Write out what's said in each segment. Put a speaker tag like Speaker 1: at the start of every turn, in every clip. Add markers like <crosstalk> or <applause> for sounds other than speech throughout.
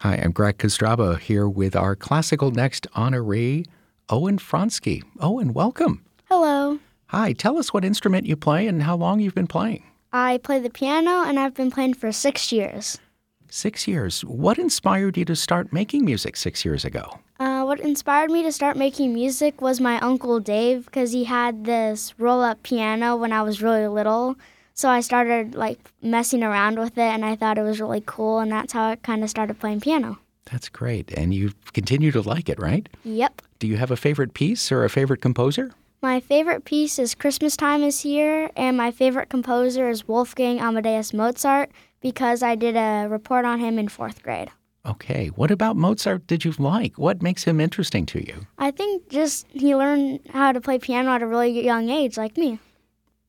Speaker 1: Hi, I'm Greg Kostraba here with our Classical Next honoree, Owen Fronsky. Owen, welcome.
Speaker 2: Hello.
Speaker 1: Hi, tell us what instrument you play and how long you've been playing.
Speaker 2: I play the piano and I've been playing for six years.
Speaker 1: Six years. What inspired you to start making music six years ago?
Speaker 2: Uh, what inspired me to start making music was my uncle Dave because he had this roll up piano when I was really little. So I started like messing around with it and I thought it was really cool and that's how I kind of started playing piano.
Speaker 1: That's great. And you continue to like it, right?
Speaker 2: Yep.
Speaker 1: Do you have a favorite piece or a favorite composer?
Speaker 2: My favorite piece is Christmas Time is Here, and my favorite composer is Wolfgang Amadeus Mozart because I did a report on him in fourth grade.
Speaker 1: Okay. What about Mozart did you like? What makes him interesting to you?
Speaker 2: I think just he learned how to play piano at a really young age, like me.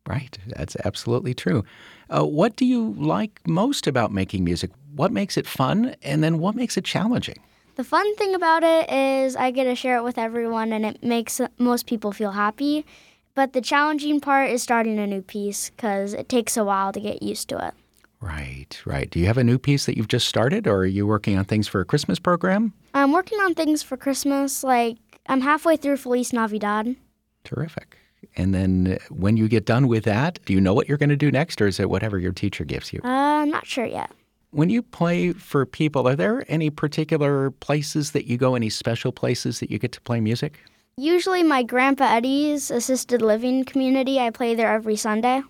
Speaker 1: Right. That's absolutely true. Uh, what do you like most about making music? What makes it fun? And then what makes it challenging?
Speaker 2: The fun thing about it is I get to share it with everyone and it makes most people feel happy. But the challenging part is starting a new piece because it takes a while to get used to it.
Speaker 1: Right, right. Do you have a new piece that you've just started or are you working on things for a Christmas program?
Speaker 2: I'm working on things for Christmas. Like, I'm halfway through Feliz Navidad.
Speaker 1: Terrific. And then uh, when you get done with that, do you know what you're going to do next or is it whatever your teacher gives you?
Speaker 2: Uh, I'm not sure yet.
Speaker 1: When you play for people, are there any particular places that you go, any special places that you get to play music?
Speaker 2: Usually, my Grandpa Eddie's assisted living community, I play there every Sunday.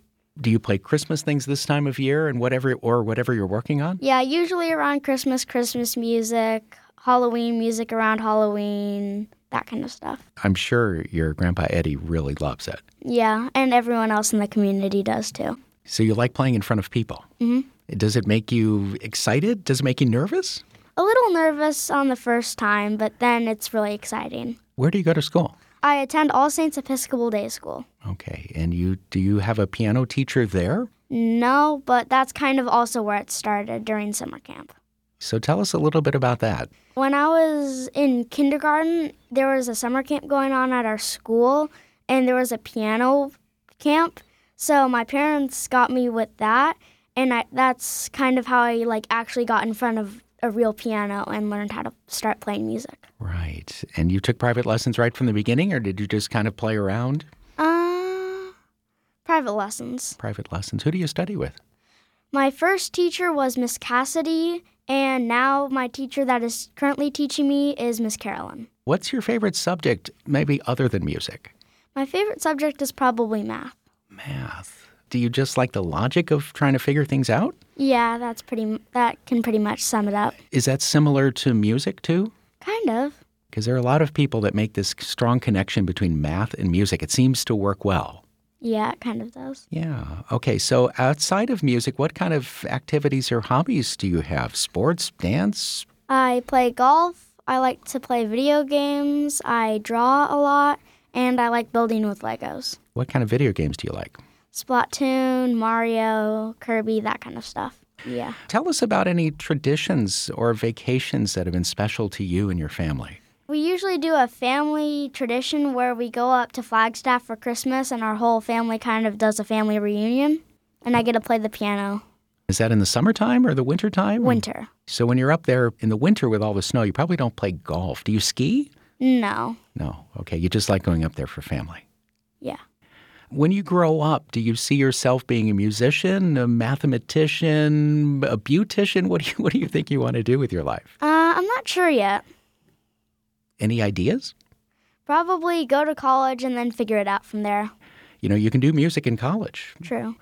Speaker 1: Do you play Christmas things this time of year and whatever or whatever you're working on?
Speaker 2: Yeah, usually around Christmas, Christmas music, Halloween music around Halloween, that kind of stuff.
Speaker 1: I'm sure your grandpa Eddie really loves it.
Speaker 2: Yeah, and everyone else in the community does too.
Speaker 1: So you like playing in front of people?
Speaker 2: Mhm.
Speaker 1: Does it make you excited? Does it make you nervous?
Speaker 2: A little nervous on the first time, but then it's really exciting.
Speaker 1: Where do you go to school?
Speaker 2: I attend All Saints Episcopal Day School.
Speaker 1: Okay. And you do you have a piano teacher there?
Speaker 2: No, but that's kind of also where it started during summer camp.
Speaker 1: So tell us a little bit about that.
Speaker 2: When I was in kindergarten, there was a summer camp going on at our school, and there was a piano camp. So my parents got me with that, and I, that's kind of how I like actually got in front of a real piano and learned how to start playing music.
Speaker 1: Right. And you took private lessons right from the beginning or did you just kind of play around?
Speaker 2: Uh, private lessons.
Speaker 1: Private lessons. Who do you study with?
Speaker 2: My first teacher was Miss Cassidy, and now my teacher that is currently teaching me is Miss Carolyn.
Speaker 1: What's your favorite subject maybe other than music?
Speaker 2: My favorite subject is probably math.
Speaker 1: Math. Do you just like the logic of trying to figure things out?
Speaker 2: Yeah, that's pretty. That can pretty much sum it up.
Speaker 1: Is that similar to music too?
Speaker 2: Kind of.
Speaker 1: Because there are a lot of people that make this strong connection between math and music. It seems to work well.
Speaker 2: Yeah, it kind of does.
Speaker 1: Yeah. Okay. So outside of music, what kind of activities or hobbies do you have? Sports, dance?
Speaker 2: I play golf. I like to play video games. I draw a lot, and I like building with Legos.
Speaker 1: What kind of video games do you like?
Speaker 2: Splatoon, Mario, Kirby, that kind of stuff. Yeah.
Speaker 1: Tell us about any traditions or vacations that have been special to you and your family.
Speaker 2: We usually do a family tradition where we go up to Flagstaff for Christmas, and our whole family kind of does a family reunion. And I get to play the piano.
Speaker 1: Is that in the summertime or the
Speaker 2: Hmm.
Speaker 1: wintertime?
Speaker 2: Winter.
Speaker 1: So when you're up there in the winter with all the snow, you probably don't play golf. Do you ski?
Speaker 2: No.
Speaker 1: No. Okay. You just like going up there for family.
Speaker 2: Yeah.
Speaker 1: When you grow up, do you see yourself being a musician, a mathematician, a beautician? What do you, <laughs> what do you think you want to do with your life?
Speaker 2: Uh, I'm not sure yet.
Speaker 1: Any ideas?
Speaker 2: Probably go to college and then figure it out from there.
Speaker 1: You know, you can do music in college.
Speaker 2: True.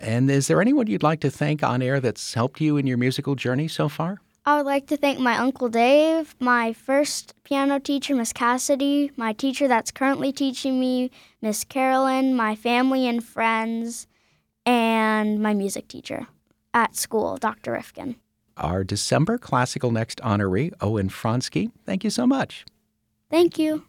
Speaker 1: And is there anyone you'd like to thank on air that's helped you in your musical journey so far?
Speaker 2: I would like to thank my Uncle Dave, my first piano teacher, Miss Cassidy, my teacher that's currently teaching me, Miss Carolyn, my family and friends, and my music teacher at school, Dr. Rifkin.
Speaker 1: Our December Classical Next honoree, Owen Fronsky. Thank you so much.
Speaker 2: Thank you.